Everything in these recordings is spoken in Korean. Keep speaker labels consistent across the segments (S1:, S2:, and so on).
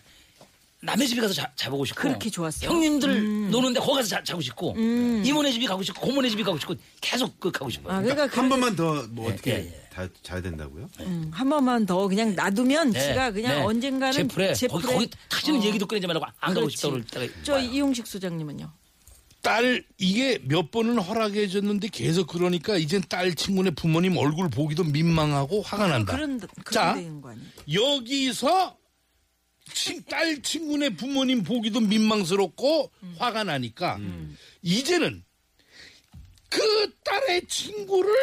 S1: 남의 집에 가서 자, 자보고 싶고
S2: 아, 그렇게 좋았어요? 음.
S1: 형님들 노는데 거기 가서 자, 자고 싶고 이모네 집이 가고 싶고 고모네 집이 가고 싶고 계속 그 가고 싶어요.
S2: 아
S3: 그러니까
S2: 그러니까
S3: 한
S2: 그,
S3: 번만 더 뭐 어떻게
S1: 예, 예.
S3: 다 자야 된다고요?
S2: 음, 한 번만 더 그냥 놔두면
S1: 네,
S2: 지가 그냥
S1: 네.
S2: 언젠가는 어.
S1: 제풀에 거기 거기 다시는 얘기도 꺼내지 말라고 안 가고
S2: 그렇지.
S1: 싶다고 그럴 때가
S2: 저
S1: 와요.
S2: 이용식 소장님은요.
S4: 딸 이게 몇 번은 허락해 줬는데 계속 그러니까 이젠 딸 친구네 부모님 얼굴 보기도 민망하고 화가 난다.
S2: 아, 그런 그런
S4: 자.
S2: 데인 거 아니에요?
S4: 여기서 친- 딸 친구네 부모님 보기도 민망스럽고 화가 나니까 이제는 그 딸의 친구를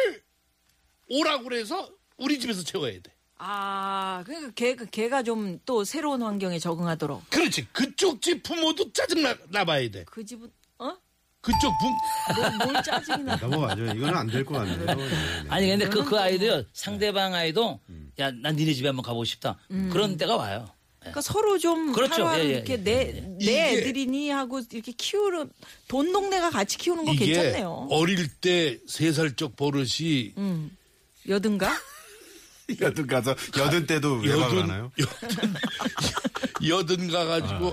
S4: 오라고 그래서 우리 집에서 채워야 돼.
S2: 아 그러니까 걔 걔가 좀 또 새로운 환경에 적응하도록
S4: 그렇지. 그쪽 집 부모도 짜증 나, 나봐야 돼.
S2: 그 집은 어?
S4: 그쪽 부
S2: 뭘, 뭘 짜증이 나?
S3: 넘어가죠. 이거는 안 될 것 같네요. 네, 음. 네.
S1: 아니 근데 그 그 아이도요 상대방 아이도 야 난 니네 집에 한번 가보고 싶다
S2: 음.
S1: 그런 때가 와요.
S2: 그러니까 서로 좀
S1: 그렇죠.
S2: 하루하루
S1: 예, 예,
S2: 이렇게
S1: 예,
S2: 내, 내
S4: 이게-
S2: 애들이니 하고 이렇게 키우는 돈 동네가 같이 키우는 거
S4: 이게
S2: 괜찮네요.
S4: 어릴 때 세 살적 버릇이
S2: 여든가?
S3: 여든 가서 여든 때도 외박을 하나요?
S4: 여든 여든 가가지고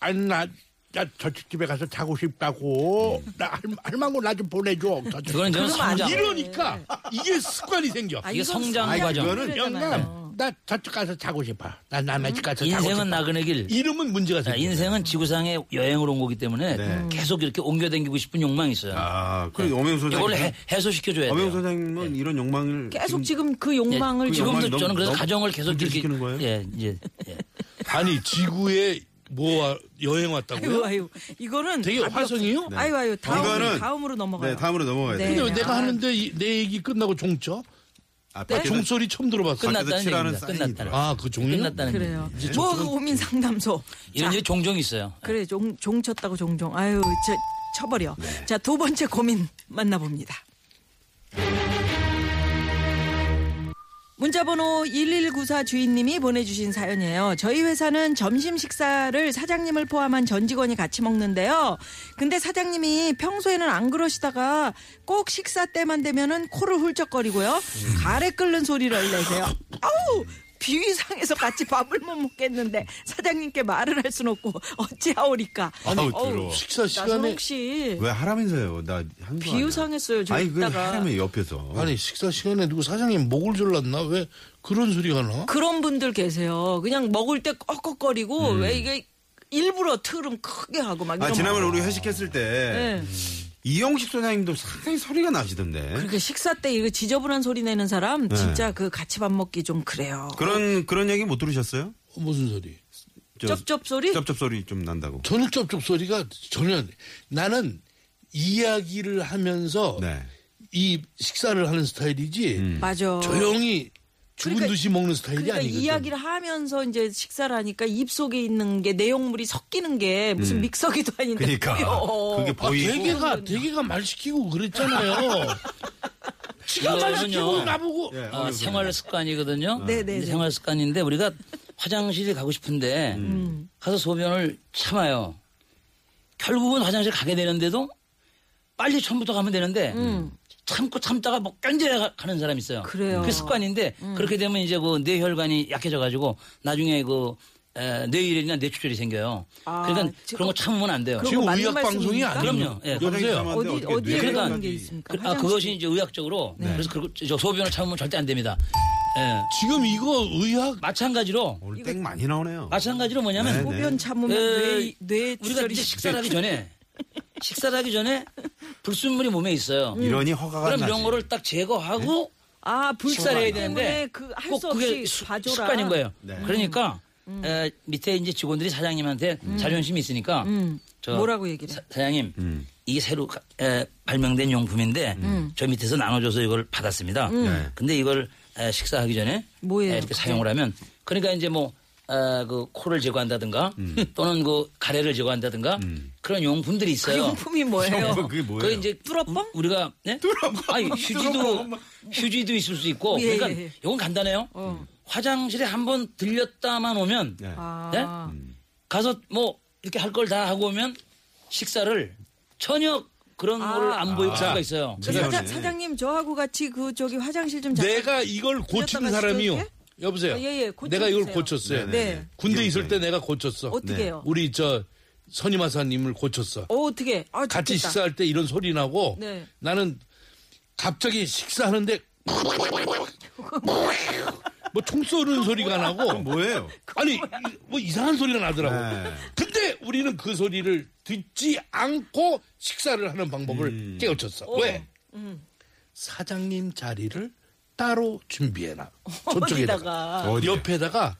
S4: 아. 안나 나 저쪽 집에 가서 자고 싶다고 나 할, 할망구 나좀 보내줘 저쪽
S1: 그거는 저는
S2: 그러면 안
S1: 성장.
S4: 이러니까 이게 습관이 생겨
S2: 아,
S1: 이게
S2: 이건
S1: 성장
S2: 아니,
S1: 과정.
S3: 그거는
S2: 그러잖아요.
S4: 영감 나 저쪽 가서 자고 싶어 나 남의 집 가서 자고 싶어
S1: 인생은 나그네 길.
S4: 이러면 문제가
S1: 자,
S4: 생겨
S1: 인생은 지구상에 여행을 온 거기 때문에
S3: 네. 음.
S1: 계속 이렇게 옮겨다니고 싶은 욕망이 있어요.
S3: 아, 그리고 엄영 소장님.
S1: 네. 이걸 해, 네. 해소시켜줘야 돼요.
S3: 엄영 소장님은 이런 욕망을
S2: 계속 지금 그
S1: 예,
S2: 욕망을
S3: 그
S2: 지금
S3: 욕망-
S1: 지금도
S3: 너무-
S1: 저는 그래서
S3: 너무
S1: 가정을 계속 이렇게
S3: 분출시키는 거예요?
S1: 예, 예, 예.
S4: 아니 지구에 뭐 와- 여행
S2: 아유,
S4: 왔다고요?
S2: 아유, 이거는
S4: 되게
S2: 답이
S4: 화성이요?
S2: 없- 아유, 아유, 다음,
S3: 이거는-
S2: 다음으로 넘어가요.
S3: 네, 다음으로 넘어가야
S2: 네.
S3: 돼요.
S4: 근데
S2: 네.
S4: 내가
S2: 아.
S4: 하는데 이- 내 얘기 끝나고 종쳐?
S3: 아,
S4: 나
S3: 밖에서-
S4: 종소리 처음 들어봤어
S3: 끝나-
S1: 네. 끝났다는
S3: 칠하는
S1: 얘기입니다.
S3: 사인이
S1: 끝났다는.
S4: 아 그
S3: 음?
S4: 종이요?
S1: 끝났다는.
S2: 그래요.
S1: 얘기입니다.
S4: 이제
S2: 뭐
S4: 저쪽은-
S2: 고민 상담소.
S1: 이런 일이 종종 있어요.
S2: 그래, 종, 종 쳤다고 종종. 아유, 저, 쳐버려. 자, 두 번째 고민 만나봅니다. 문자번호 1194 주인님이 보내주신 사연이에요. 저희 회사는 점심 식사를 사장님을 포함한 전 직원이 같이 먹는데요. 근데 사장님이 평소에는 안 그러시다가 꼭 식사 때만 되면은 코를 훌쩍거리고요. 가래 끓는 소리를 내세요. 아우! 비위상에서 같이 밥을 못 먹겠는데 사장님께 말을 할 순 없고 어찌하오리까.
S3: 아우,
S4: 어우,
S3: 더러워.
S4: 식사
S2: 나선
S4: 시간에
S2: 혹시
S3: 아, 왜 하라면서요? 나 한국
S2: 비유상했어요, 저
S3: 아니 그
S2: 이따가.
S3: 하라면 옆에서.
S4: 아니 식사 시간에 누구 사장님 목을 졸랐나? 왜 그런 소리가 나? 어,
S2: 그런 분들 계세요. 그냥 먹을 때 꺽꺽거리고 왜 이게 일부러 트름 크게 하고 막 이런.
S3: 아, 지난번
S2: 거.
S3: 우리 회식했을
S2: 예.
S3: 때 이영식 소장님도 상당히 소리가 나시던데.
S2: 그렇게 그러니까 식사 때 이거 지저분한 소리 내는 사람 진짜 그 같이 밥 먹기 좀 그래요.
S3: 그런 그런 얘기 못 들으셨어요?
S4: 어, 무슨 소리?
S3: 저
S2: 쩝쩝 소리?
S3: 쩝쩝 소리 좀 난다고.
S4: 저는 쩝쩝 소리가 전혀 안 돼. 나는 이야기를 하면서
S3: 네. 음.
S4: 이 식사를 하는 스타일이지
S2: 맞아.
S4: 조용히 죽은
S2: 그러니까-
S4: 듯이 먹는 스타일이
S2: 그러니까
S4: 아니거든.
S2: 이야기를 하면서 이제 식사를 하니까 입 속에 있는 게 내용물이 섞이는 게 무슨 믹서기도 아닌데.
S3: 그러니까
S2: 보여.
S3: 그게
S4: 아,
S3: 보이고
S4: 대개가 대개가 말 시키고 그랬잖아요.
S2: 어,
S4: 지가 말 시키고
S1: 이거는요.
S4: 나보고
S3: 예,
S1: 아,
S3: 어려워요. 아.
S1: 생활 습관이거든요.
S2: 네, 네,
S1: 근데
S2: 네.
S1: 생활 습관인데 우리가 화장실에 가고 싶은데
S3: 음.
S1: 가서 소변을 참아요. 결국은 화장실 가게 되는데도 빨리 처음부터 가면 되는데 참고 참다가 뭐 견뎌야 가- 가는 사람 있어요.
S2: 그래요. 음.
S1: 그게 습관인데 그렇게 되면 이제 그 뇌혈관이 약해져 가지고 나중에 그 에, 뇌일이나 뇌출혈이 생겨요.
S2: 아,
S1: 그러니까
S2: 지금-
S1: 그런 거 참으면 안 돼요.
S2: 그런
S4: 지금
S2: 거 맞는
S4: 의학 방송이
S2: 말씀입니까?
S4: 아니에요.
S1: 그럼요. 예.
S4: 여보세요.
S3: 화장실
S2: 어디
S3: 가면
S2: 어디에
S3: 어떻게
S2: 그런
S3: 뇌혈관이-
S2: 게 있습니까?
S1: 그, 아,
S2: 그러니까 화장실. 네.
S1: 그것이 이제 의학적으로 그래서 그, 저 소변을 참으면 절대 안 됩니다. 예.
S4: 지금 이거 의학
S1: 마찬가지로
S3: 오늘 땡 많이 나오네요. 네,
S1: 마찬가지로 뭐냐면
S3: 네.
S2: 소변 참으면
S1: 에,
S2: 뇌
S1: 우리가
S2: 뇌출혈이
S1: 이제 식사를 하기 전에 식사를 하기 전에 불순물이 몸에 있어요.
S4: 음.
S3: 이러니 허가가
S1: 그럼
S3: 음. 나지. 네?
S1: 이런 거를 딱 제거하고
S2: 아
S1: 식사를 해야
S2: 불식사를
S1: 되는데
S2: 그할
S1: 꼭
S2: 수
S1: 그게
S2: 없이
S1: 수-
S2: 봐줘라. 음.
S1: 습관인 거예요.
S3: 네.
S1: 그러니까 에, 밑에 이제 직원들이 사장님한테
S3: 음.
S1: 자존심이 있으니까 저
S2: 음. 뭐라고 얘기를 해?
S1: 사, 장님
S3: 음.
S1: 이게 새로 가- 에, 발명된 용품인데
S2: 음.
S1: 저 밑에서 나눠줘서 이걸 받았습니다.
S3: 네.
S1: 근데 이걸 에, 식사하기 전에
S2: 뭐예요?
S1: 에, 이렇게 사용을 하면 그러니까 이제 뭐 아, 그 코를 제거한다든가
S3: 음.
S1: 또는 그 가래를 제거한다든가 그런 용품들이
S2: 그
S1: 있어요.
S2: 용품이 뭐예요?
S3: 그게 뭐예요?
S1: 그 이제
S2: 뚫어뻥?
S1: 우- 우리가 네? 아니 휴지도 휴지도 있을 수 있고
S2: 예,
S1: 그러니까
S2: 예, 어. 예.
S1: 이건 간단해요. 화장실에 한 번 들렸다만 오면
S3: 네.
S1: 네?
S2: 아,
S1: 가서 뭐 이렇게 할 걸 다 하고 오면 식사를 전혀 그런
S2: 아. 네.
S1: 걸 안 보일 수가
S4: 자,
S1: 있어요.
S2: 저
S3: 미안해.
S2: 사장, 사장님 저하고 같이 그 저기 화장실 좀 잠깐.
S4: 음. 내가 이걸 고친
S2: 들렸다가
S4: 사람이요.
S2: 시도할게?
S4: 여보세요.
S2: 아, 예, 예, 고쳐주세요.
S4: 내가 이걸 고쳤어요.
S2: 네. 네.
S4: 군대 있을 때 내가 고쳤어. 네.
S2: 어떻게요?
S4: 우리 저 선임하사님을 고쳤어.
S2: 어, 어떻게? 아,
S4: 같이
S2: 좋겠다.
S4: 식사할 때 이런 소리 나고
S2: 네.
S4: 나는 갑자기 식사하는데 뭐총 쏘는 소리가 나고
S3: 뭐예요?
S4: 아니 뭐 이상한 소리가 나더라고.
S3: 네.
S4: 근데 우리는 그 소리를 듣지 않고 식사를 하는 방법을 음. 깨우쳤어. 왜? 사장님 자리를 따로 준비해놔. 저쪽에다가
S3: 어디다가?
S4: 옆에다가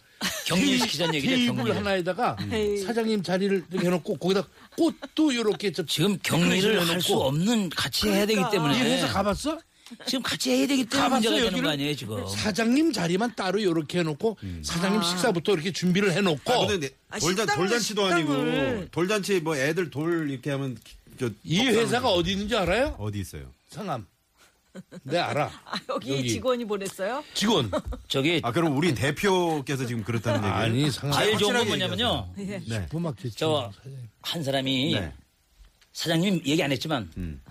S1: 격리시키자는 얘기죠,
S4: 테이블
S1: 격리를.
S4: 하나에다가
S3: 네.
S2: 에이.
S4: 사장님 자리를 이렇게 해놓고 거기다 꽃도 이렇게 저
S1: 지금
S4: 네,
S1: 격리를 할 수 없는 같이 해야 되기
S4: 이
S1: 때문에
S4: 회사 가봤어?
S1: 지금 같이 해야 되기 때문에
S4: 네. 가봤어요,
S1: 문제가 되는
S4: 여기를?
S1: 거 아니에요 지금.
S4: 사장님 자리만 따로 이렇게 해놓고 사장님 식사부터 이렇게 준비를 해놓고
S3: 아, 근데
S2: 아,
S3: 돌잔,
S2: 식당을,
S3: 돌잔치도 아니고
S2: 식당을.
S3: 돌잔치 뭐 애들 돌 이렇게 하면 기- 저,
S4: 이 회사가 어디 있는지 알아요?
S3: 어디 있어요?
S4: 상암. 내 알아.
S2: 아, 여기,
S4: 여기.
S2: 직원이 보냈어요?
S4: 직원.
S1: 저기
S3: 아 그럼 우리 대표께서 지금 그렇다는 얘기예요?
S4: 아니 상암.
S1: 제일 좋은 건
S3: 확실하게
S1: 뭐냐면요.
S3: 네.
S4: 슈퍼마켓.
S1: 저 한 사람이
S3: 네.
S1: 사장님 얘기 안 했지만
S4: 음.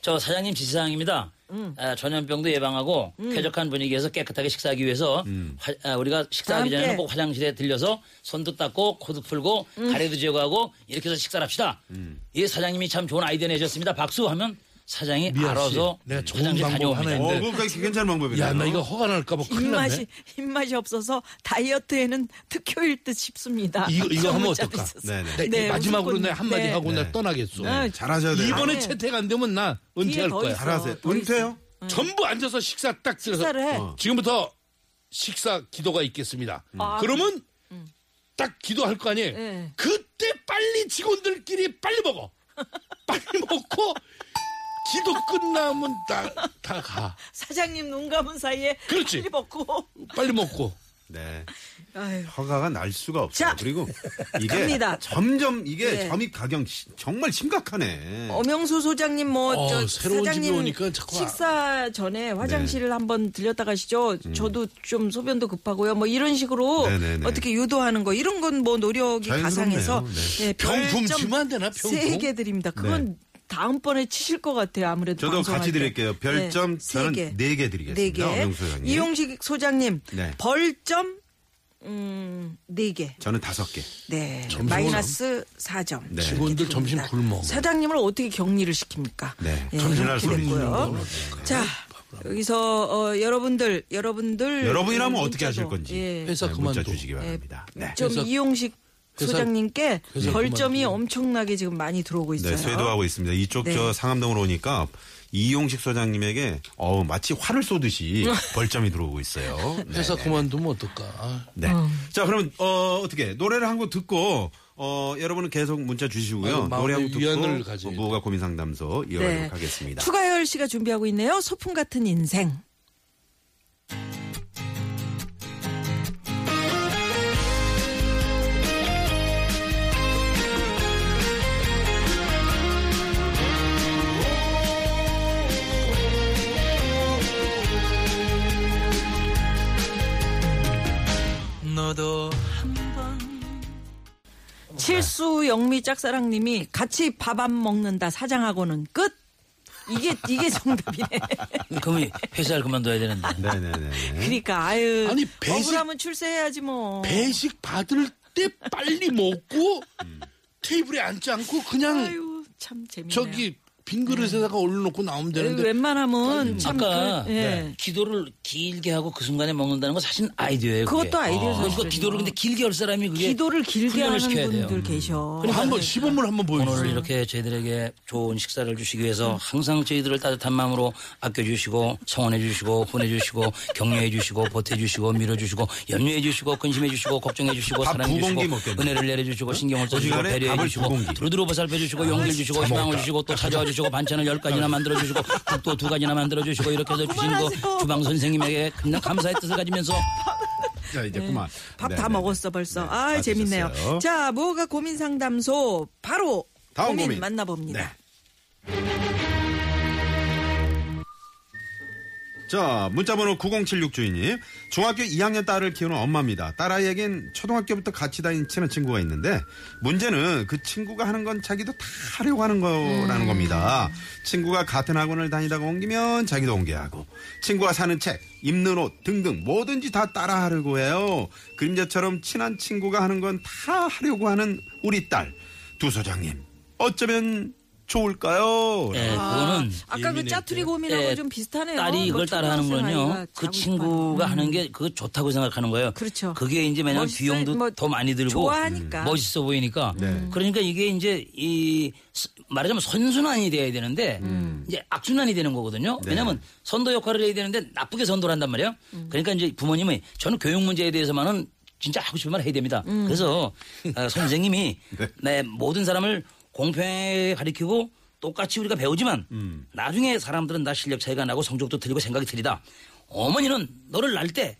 S1: 저 사장님 지시사항입니다.
S2: 음.
S1: 아, 전염병도 예방하고 쾌적한 분위기에서 깨끗하게 식사하기 위해서
S4: 음.
S1: 화- 아, 우리가 식사하기
S2: 다 함께.
S1: 전에는 꼭 화장실에 들려서 손도 닦고 코도 풀고
S2: 음.
S1: 가래도 제거하고 이렇게 해서 식사를 합시다.
S4: 음.
S1: 예, 사장님이 참 좋은 아이디어 내셨습니다. 박수 하면 사장이
S4: 미아 씨,
S1: 알아서
S4: 내가 좋은
S1: 화장실
S4: 방법
S1: 다녀옵니다.
S4: 하나
S3: 어,
S4: 근데-
S3: 그거 괜찮은 방법이네요.
S4: 야, 나 이거 허가 날까봐 큰일 났네.
S2: 입맛이 입맛이 없어서 다이어트에는 특효일 듯 싶습니다.
S4: 이거, 이거 하면
S2: 문자도
S4: 어떨까?
S2: 있었어요.
S3: 네네.
S4: 내-
S2: 네,
S4: 마지막으로
S2: 무조건-
S4: 내 한마디
S2: 네.
S4: 하고
S3: 네.
S4: 나 떠나겠어.
S2: 네.
S3: 잘하셔야 돼요.
S4: 이번에
S2: 네.
S4: 채택 안 되면 나 은퇴할
S2: 뒤에 더
S4: 거야.
S2: 있어.
S3: 잘하세요.
S2: 더
S3: 은퇴요?
S4: 전부 앉아서 식사 딱 들어서
S2: 식사를 해.
S4: 어. 지금부터 식사 기도가 있겠습니다.
S2: 아,
S4: 그러면 딱 기도할 거 아니에요.
S2: 네.
S4: 그때 빨리 직원들끼리 빨리 먹어. 빨리 먹고 기도 끝나면 다, 다 가.
S2: 사장님 눈 감은 사이에
S4: 그렇지.
S2: 빨리 먹고.
S4: 빨리 먹고.
S3: 네.
S2: 아유.
S3: 허가가 날 수가 없어요.
S2: 자,
S3: 그리고 이게
S2: 갑니다.
S3: 점점 이게
S2: 네.
S3: 점입 가격 시- 정말 심각하네.
S2: 엄영수 소장님 뭐
S4: 어,
S2: 저
S4: 새로운
S2: 사장님
S4: 집이 오니까 자꾸 아-
S2: 식사 전에
S3: 네.
S2: 화장실을 한번 들렸다 가시죠. 저도 좀 소변도 급하고요. 뭐 이런 식으로
S3: 음. 네네네.
S2: 어떻게 유도하는 거 이런 건 뭐 노력이
S3: 자연스럽네요.
S2: 가상해서
S3: 네.
S2: 예,
S4: 병품
S2: 별점
S4: 주면 안 되나, 병품?
S2: 세개 드립니다. 그건 다음번에 치실 것 같아요. 아무래도
S3: 저도
S2: 방송할
S3: 같이
S2: 때.
S3: 드릴게요. 별점
S2: 네, 세
S3: 저는
S2: 개.
S3: 네 개 드리겠습니다.
S2: 네 개.
S3: 엄영수 소장님.
S2: 이용식 소장님
S3: 네.
S2: 벌점 음, 4개.
S3: 저는 다섯 개.
S2: 네.
S4: 점수는?
S2: 마이너스 4점.
S3: 네.
S4: 직원들 점심 굶어.
S2: 사장님을 어떻게 격리를 시킵니까?
S3: 네.
S2: 예,
S3: 정신할
S2: 이렇게
S3: 소리.
S2: 됐고요. 자, 여기서 어, 여러분들, 여러분들
S3: 네. 여러분이라면 어떻게
S2: 문자도,
S3: 하실 건지.
S2: 예.
S4: 회사
S3: 네, 문자
S4: 그만둬.
S3: 주시기 바랍니다. 네.
S2: 좀
S4: 회사-
S2: 이용식
S4: 회사-
S2: 소장님께
S4: 회사
S2: 벌점이
S4: 그만둬.
S2: 엄청나게 지금 많이 들어오고 있어요.
S3: 네, 쇄도하고 있습니다. 이쪽
S2: 네.
S3: 저 상암동으로 오니까 이용식 소장님에게 어우 마치 화를 쏘듯이 벌점이 들어오고 있어요. 네.
S4: 회사 그만두면 어떨까? 아,
S3: 네.
S2: 음.
S3: 자, 그러면 어 어떻게 노래를 한 곡 듣고 어 여러분은 계속 문자 주시고요.
S4: 아유, 마음의
S3: 노래 한 곡
S4: 위안을
S3: 듣고
S4: 가져야
S3: 무허가 고민 상담소 이어가도록
S2: 네.
S3: 하겠습니다.
S2: 추가열 씨가 준비하고 있네요. 소풍 같은 인생.
S5: 너도
S3: 어,
S2: 칠수
S3: 네.
S2: 영미 짝사랑님이 같이 밥 안 먹는다 사장하고는 끝. 이게 이게 정답이네.
S1: 그럼 회사를 그만둬야 되는데.
S3: 네, 네, 네. 네.
S2: 그러니까 아유.
S4: 아니, 배신-
S2: 억울하면 출세해야지 뭐.
S4: 배식 받을 때 빨리 먹고
S3: 음.
S4: 테이블에 앉지 않고 그냥
S2: 아유 네. 참 재밌네.
S4: 저기 빈 그릇에다가 올려놓고 나오면 되는데
S2: 웬만하면 참
S1: 아까 네.
S2: 그, 예.
S1: 기도를 길게 하고 그 순간에 먹는다는 건 사실 아이디어예요. 그게.
S2: 그것도 아이디어
S1: 그러니까
S2: 사실은요.
S1: 기도를 근데 길게 할 사람이 그게
S2: 기도를 길게
S1: 훈련을
S2: 하는
S1: 시켜야 돼요. 음. 그러니까
S2: 분들 계셔.
S4: 한번 시범을 한번 보여주세요.
S3: 네.
S1: 오늘 이렇게 저희들에게 좋은 식사를 주시기 위해서 항상 저희들을 따뜻한 마음으로 아껴주시고 성원해주시고 보내주시고 격려해주시고 보태주시고 밀어주시고 염려해주시고 근심해주시고 걱정해주시고
S3: 밥두
S1: 사랑해주시고
S3: 공기 먹겠네.
S1: 은혜를 내려주시고 신경을 써주시고
S3: 오지간에 밥을 두
S1: 배려해주시고
S3: 공기. 아,
S1: 두루두루 보살펴주시고 용기를 주시고 희망을 주시고 또 찾아와주시고 반찬을 열 가지나 만들어주시고 국도 두 가지나 만들어주시고 이렇게 해서 주시는
S2: 그만하세요.
S1: 거 주방 선생님에게 그냥 감사의 뜻을 가지면서
S3: 자, 이제 그만.
S2: 밥
S3: 네,
S2: 다
S3: 네, 네.
S2: 먹었어 벌써.
S3: 네,
S2: 아
S3: 다
S2: 재밌네요.
S3: 드셨어요.
S2: 자 무허가 고민 상담소 바로
S3: 다음
S2: 고민,
S3: 고민.
S2: 만나봅니다.
S3: 네. 자, 문자번호 9076 주인님. 중학교 2학년 딸을 키우는 엄마입니다. 딸아이에겐 초등학교부터 같이 다닌 친한 친구가 있는데, 문제는 그 친구가 하는 건 자기도 다 하려고 하는 거라는
S2: 음.
S3: 겁니다. 친구가 같은 학원을 다니다가 옮기면 자기도 옮겨야 하고, 친구가 사는 책, 입는 옷 등등 뭐든지 다 따라 하려고 해요. 그림자처럼 친한 친구가 하는 건 다 하려고 하는 우리 딸. 두 소장님, 어쩌면 좋을까요?
S1: 예, 그거는
S2: 아까 그 짜투리 고민하고
S1: 예,
S2: 좀 비슷하네요.
S1: 딸이
S2: 그
S1: 이걸
S2: 초등학생 아이가
S1: 따라하는군요. 그
S2: 자고
S1: 친구가 하는 게 그거 좋다고 생각하는 거예요.
S2: 그렇죠.
S1: 그게 이제 왜냐면
S2: 멋있어,
S1: 비용도
S2: 뭐
S1: 더 많이 들고 음.
S2: 좋아하니까.
S1: 멋있어 보이니까. 그러니까 이게 이제 이 스- 말하자면 선순환이 돼야 되는데 이제 악순환이 되는 거거든요. 왜냐면 선도 역할을 해야 되는데 나쁘게 선도를 한단 말이에요. 그러니까 이제 부모님이 저는 교육 문제에 대해서만은 진짜 하고 싶은 말 해야 됩니다. 그래서 어, 선생님이 내 모든 사람을 공평하게 가르치고 똑같이 우리가 배우지만 나중에 사람들은 다 실력 차이가 나고 성적도 틀리고 생각이 틀리다. 어머니는 너를 날 때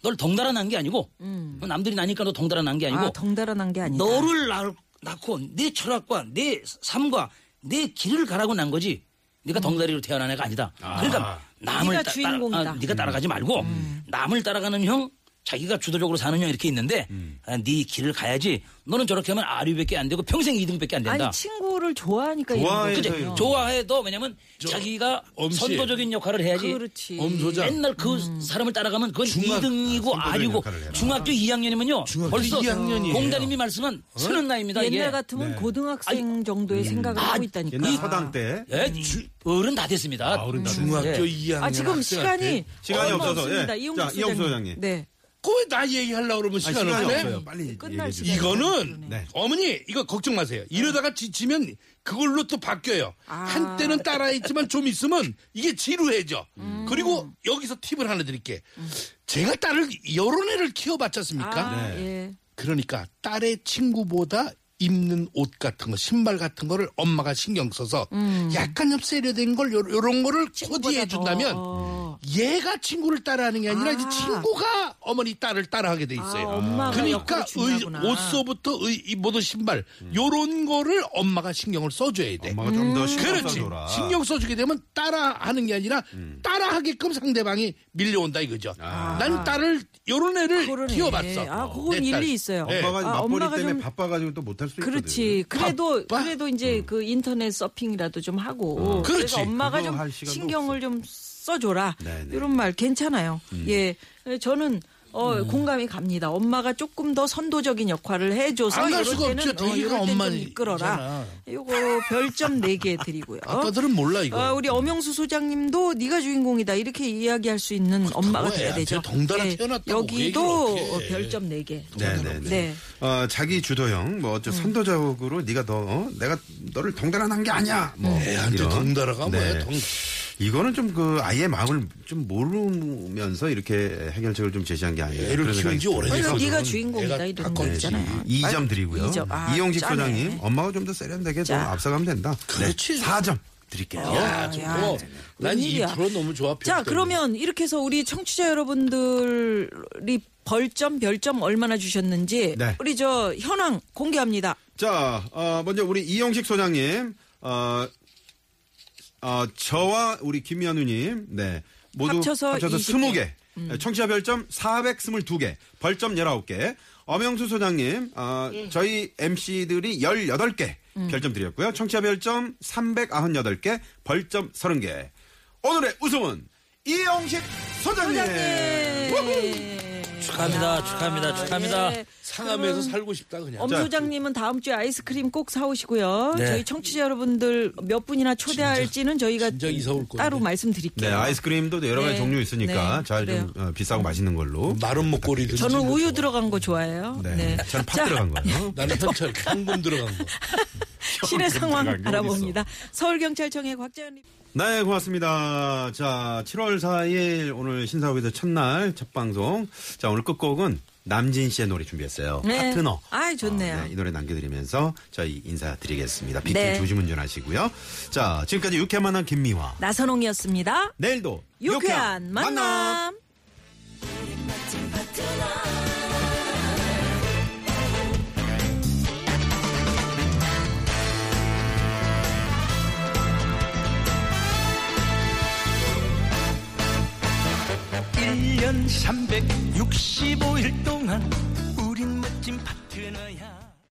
S1: 널 덩달아 난 게 아니고 뭐 남들이 나니까 너 덩달아 난 게 아니고
S2: 아 덩달아 난 게 아니다.
S1: 너를 낳- 낳고 내 철학과 내 삶과 내 길을 가라고 난 거지. 네가 덩달이로 태어난 애가 아니다. 그러니까 남을
S2: 네가
S1: 따- 따-
S2: 주인공이다.
S1: 아, 네가 따라가지 말고 남을 따라가는 형, 자기가 주도적으로 사는 형 이렇게 있는데 아, 네 길을 가야지. 너는 저렇게 하면 아류밖에 안 되고 평생 2등밖에 안 된다.
S2: 아니 친구를 좋아하니까
S3: 좋아해서
S2: 이런
S1: 그치?
S2: 거죠.
S3: 이런 거.
S1: 좋아해도 왜냐면 자기가
S4: 엄씨.
S1: 선도적인 역할을
S3: 예.
S1: 해야지.
S2: 그렇지.
S4: 엄소장
S1: 맨날 그 사람을 따라가면 그건
S4: 중학-
S1: 2등이고
S3: 선도적인
S1: 아류고
S3: 역할을 해라.
S1: 중학교 2학년이면요.
S4: 중학교
S1: 벌써
S4: 2학년이에요.
S1: 공자님이 말씀한 쓰는 나이입니다. 이게.
S2: 예.
S3: 예.
S2: 옛날
S3: 네.
S2: 같으면 고등학생 정도의 생각을 하고 있다니까.
S3: 아, 옛날 서당 때.
S1: 예, 주- 어른 다 됐습니다.
S4: 중학교
S1: 예.
S4: 2학년
S2: 아 지금 시간이
S3: 시간이
S2: 얼마
S3: 없어서,
S2: 없습니다.
S3: 예.
S2: 이용식
S3: 자, 이용수 소장님.
S2: 네.
S4: 그왜나 얘기하려고 그러면
S3: 아,
S4: 시간
S3: 시간이
S4: 없네?
S3: 없어요. 빨리
S2: 끝날
S3: 얘기해
S2: 시간이
S3: 주세요.
S4: 이거는
S3: 네.
S4: 어머니 이거 걱정 마세요. 이러다가 지치면 그걸로 또 바뀌어요. 한때는 따라했지만 좀 있으면 이게 지루해져. 그리고 여기서 팁을 하나 드릴게. 제가 딸을 여러 애를 키워봤지 않습니까?
S2: 아,
S3: 네.
S2: 예.
S4: 그러니까 딸의 친구보다 입는 옷 같은 거, 신발 같은 거를 엄마가 신경 써서 약간 좀 세련된 걸 요- 요런 거를 코디해 준다면
S2: 어.
S4: 얘가 친구를 따라하는 게 아니라 이제
S2: 아.
S4: 친구가 어머니 딸을 따라하게 돼 있어요.
S2: 아, 엄마가
S4: 그러니까
S2: 역할을 중요하구나.
S4: 옷서부터 의, 이 모든 신발 요런 거를 엄마가 신경을 써줘야 돼.
S3: 음.
S4: 음.
S3: 엄마가 좀
S2: 음.
S3: 더 신경
S4: 그렇지.
S3: 써줘라. 음.
S4: 신경 써주게 되면 따라하는 게 아니라 따라하게끔 상대방이 밀려온다 이거죠.
S3: 아.
S4: 난 딸을 요런 애를
S2: 그러네.
S4: 키워봤어.
S2: 아, 그건
S4: 내 딸.
S2: 일리 있어요.
S4: 네.
S3: 엄마가
S2: 아,
S3: 맞벌이
S2: 엄마가
S3: 때문에
S2: 좀-
S3: 바빠가지고 또 못할 못할 수도
S2: 그렇지. 그래도
S4: 바빠?
S2: 그래도 이제 그 인터넷 서핑이라도 좀 하고.
S4: 음. 어. 그렇지.
S2: 래서 엄마가
S3: 그거
S2: 좀
S3: 할 시간도
S2: 신경을 좀 써줘라.
S3: 네네.
S2: 이런 말 괜찮아요.
S4: 음.
S2: 예, 저는. 어, 공감이 갑니다. 엄마가 조금 더 선도적인 역할을 해줘서
S4: 안갈
S2: 이럴
S4: 수가
S2: 때는
S4: 없죠.
S2: 어,
S4: 대기가
S2: 이럴 땐좀
S4: 엄마잖아.
S2: 이끌어라. 요거 별점 4개 드리고요.
S4: 아빠들은 몰라 이거.
S2: 아, 우리 엄영수 소장님도 네가 주인공이다 이렇게 이야기할 수 있는 엄마가 돼야
S4: 애한테
S2: 되죠.
S4: 그
S2: 예.
S4: 덩달아 태어났다고 그
S2: 여기도
S4: 얘기를 어떻게 해.
S2: 별점 4개.
S3: 네네네.
S2: 네. 음.
S3: 어, 자기 주도형, 뭐, 어째 선도적으로 네가 더, 어? 내가 너를 덩달아난 게 아니야.
S2: 음.
S3: 뭐,
S4: 네, 애한테
S3: 이런.
S4: 덩달아가 뭐야.
S3: 네.
S4: 덩...
S3: 이거는 좀 그 아이의 마음을 좀 모르면서 이렇게 해결책을 좀 제시한 게 아니에요.
S4: 애를
S3: 그런 생각이
S4: 키운 지 오래돼서
S2: 그래서
S3: 들어요.
S2: 네가
S4: 저는
S2: 주인공이다
S4: 애가
S2: 이런 거
S4: 바꿔야지.
S2: 있잖아요.
S3: 이 점 드리고요.
S2: 이 점. 아,
S3: 이용식
S2: 짜네.
S3: 소장님, 엄마가 좀 더 세련되게 좀
S2: 자. 어,
S3: 앞서가면 된다.
S4: 그렇지.
S3: 네, 4점 드릴게요.
S4: 야, 저거. 난이
S2: 웬일이야.
S4: 프로 너무 좋아.
S2: 자,
S4: 별 때문에.
S2: 그러면 이렇게 해서 우리 청취자 여러분들이 벌점, 별점 얼마나 주셨는지
S3: 네.
S2: 우리 저 현황 공개합니다.
S3: 자, 어, 먼저 우리 이용식 소장님, 어, 어, 저와 우리 김미아 누님, 네. 모두
S2: 합쳐서 20 개. 음.
S3: 20개. 네, 청취자 별점 422개, 벌점 19개. 엄영수 소장님, 어, 저희 MC들이 18개
S2: 음.
S3: 별점 드렸고요. 청취자 별점 398개, 벌점 30개. 오늘의 우승은 이영식 소장님!
S2: 네. 예.
S1: 축하합니다, 축하합니다, 축하합니다.
S4: 상암에서 살고 싶다 그냥.
S2: 엄
S3: 자,
S2: 소장님은 다음 주에 아이스크림 꼭 사오시고요.
S1: 네.
S2: 저희 청취자 여러분들 몇 분이나 초대할지는 저희가
S4: 진작 이사 올 건데.
S2: 따로 말씀드릴게요.
S3: 네, 아이스크림도 여러 가지
S2: 네.
S3: 종류 있으니까
S2: 네,
S3: 잘 좀 어, 비싸고 맛있는 걸로.
S4: 마른 목걸이도.
S2: 저는 우유 들어간 거 좋아해요.
S3: 네.
S2: 네.
S3: 저는 팍
S2: 자, 네.
S3: 들어간 거예요.
S4: 나는 현찰 현금 들어간 거.
S2: 시내 상황
S3: 들어간 게
S2: 알아봅니다. 서울경찰청의 곽재현 리포터.
S3: 네, 고맙습니다. 자, 7월 4일 오늘 신사업에서 첫날 첫 방송. 자, 오늘 끝곡은 남진 씨의 노래 준비했어요.
S2: 네.
S3: 파트너.
S2: 아이, 좋네요.
S3: 네, 이 노래 남겨드리면서 저희 인사드리겠습니다. 빅
S2: 네.
S3: 네. 조심운전하시고요. 자, 지금까지 유쾌한 만남 김미화.
S2: 나선홍이었습니다.
S3: 내일도
S2: 유쾌한 만남.
S5: 일년 365일 동안 우린 멋진 파트너야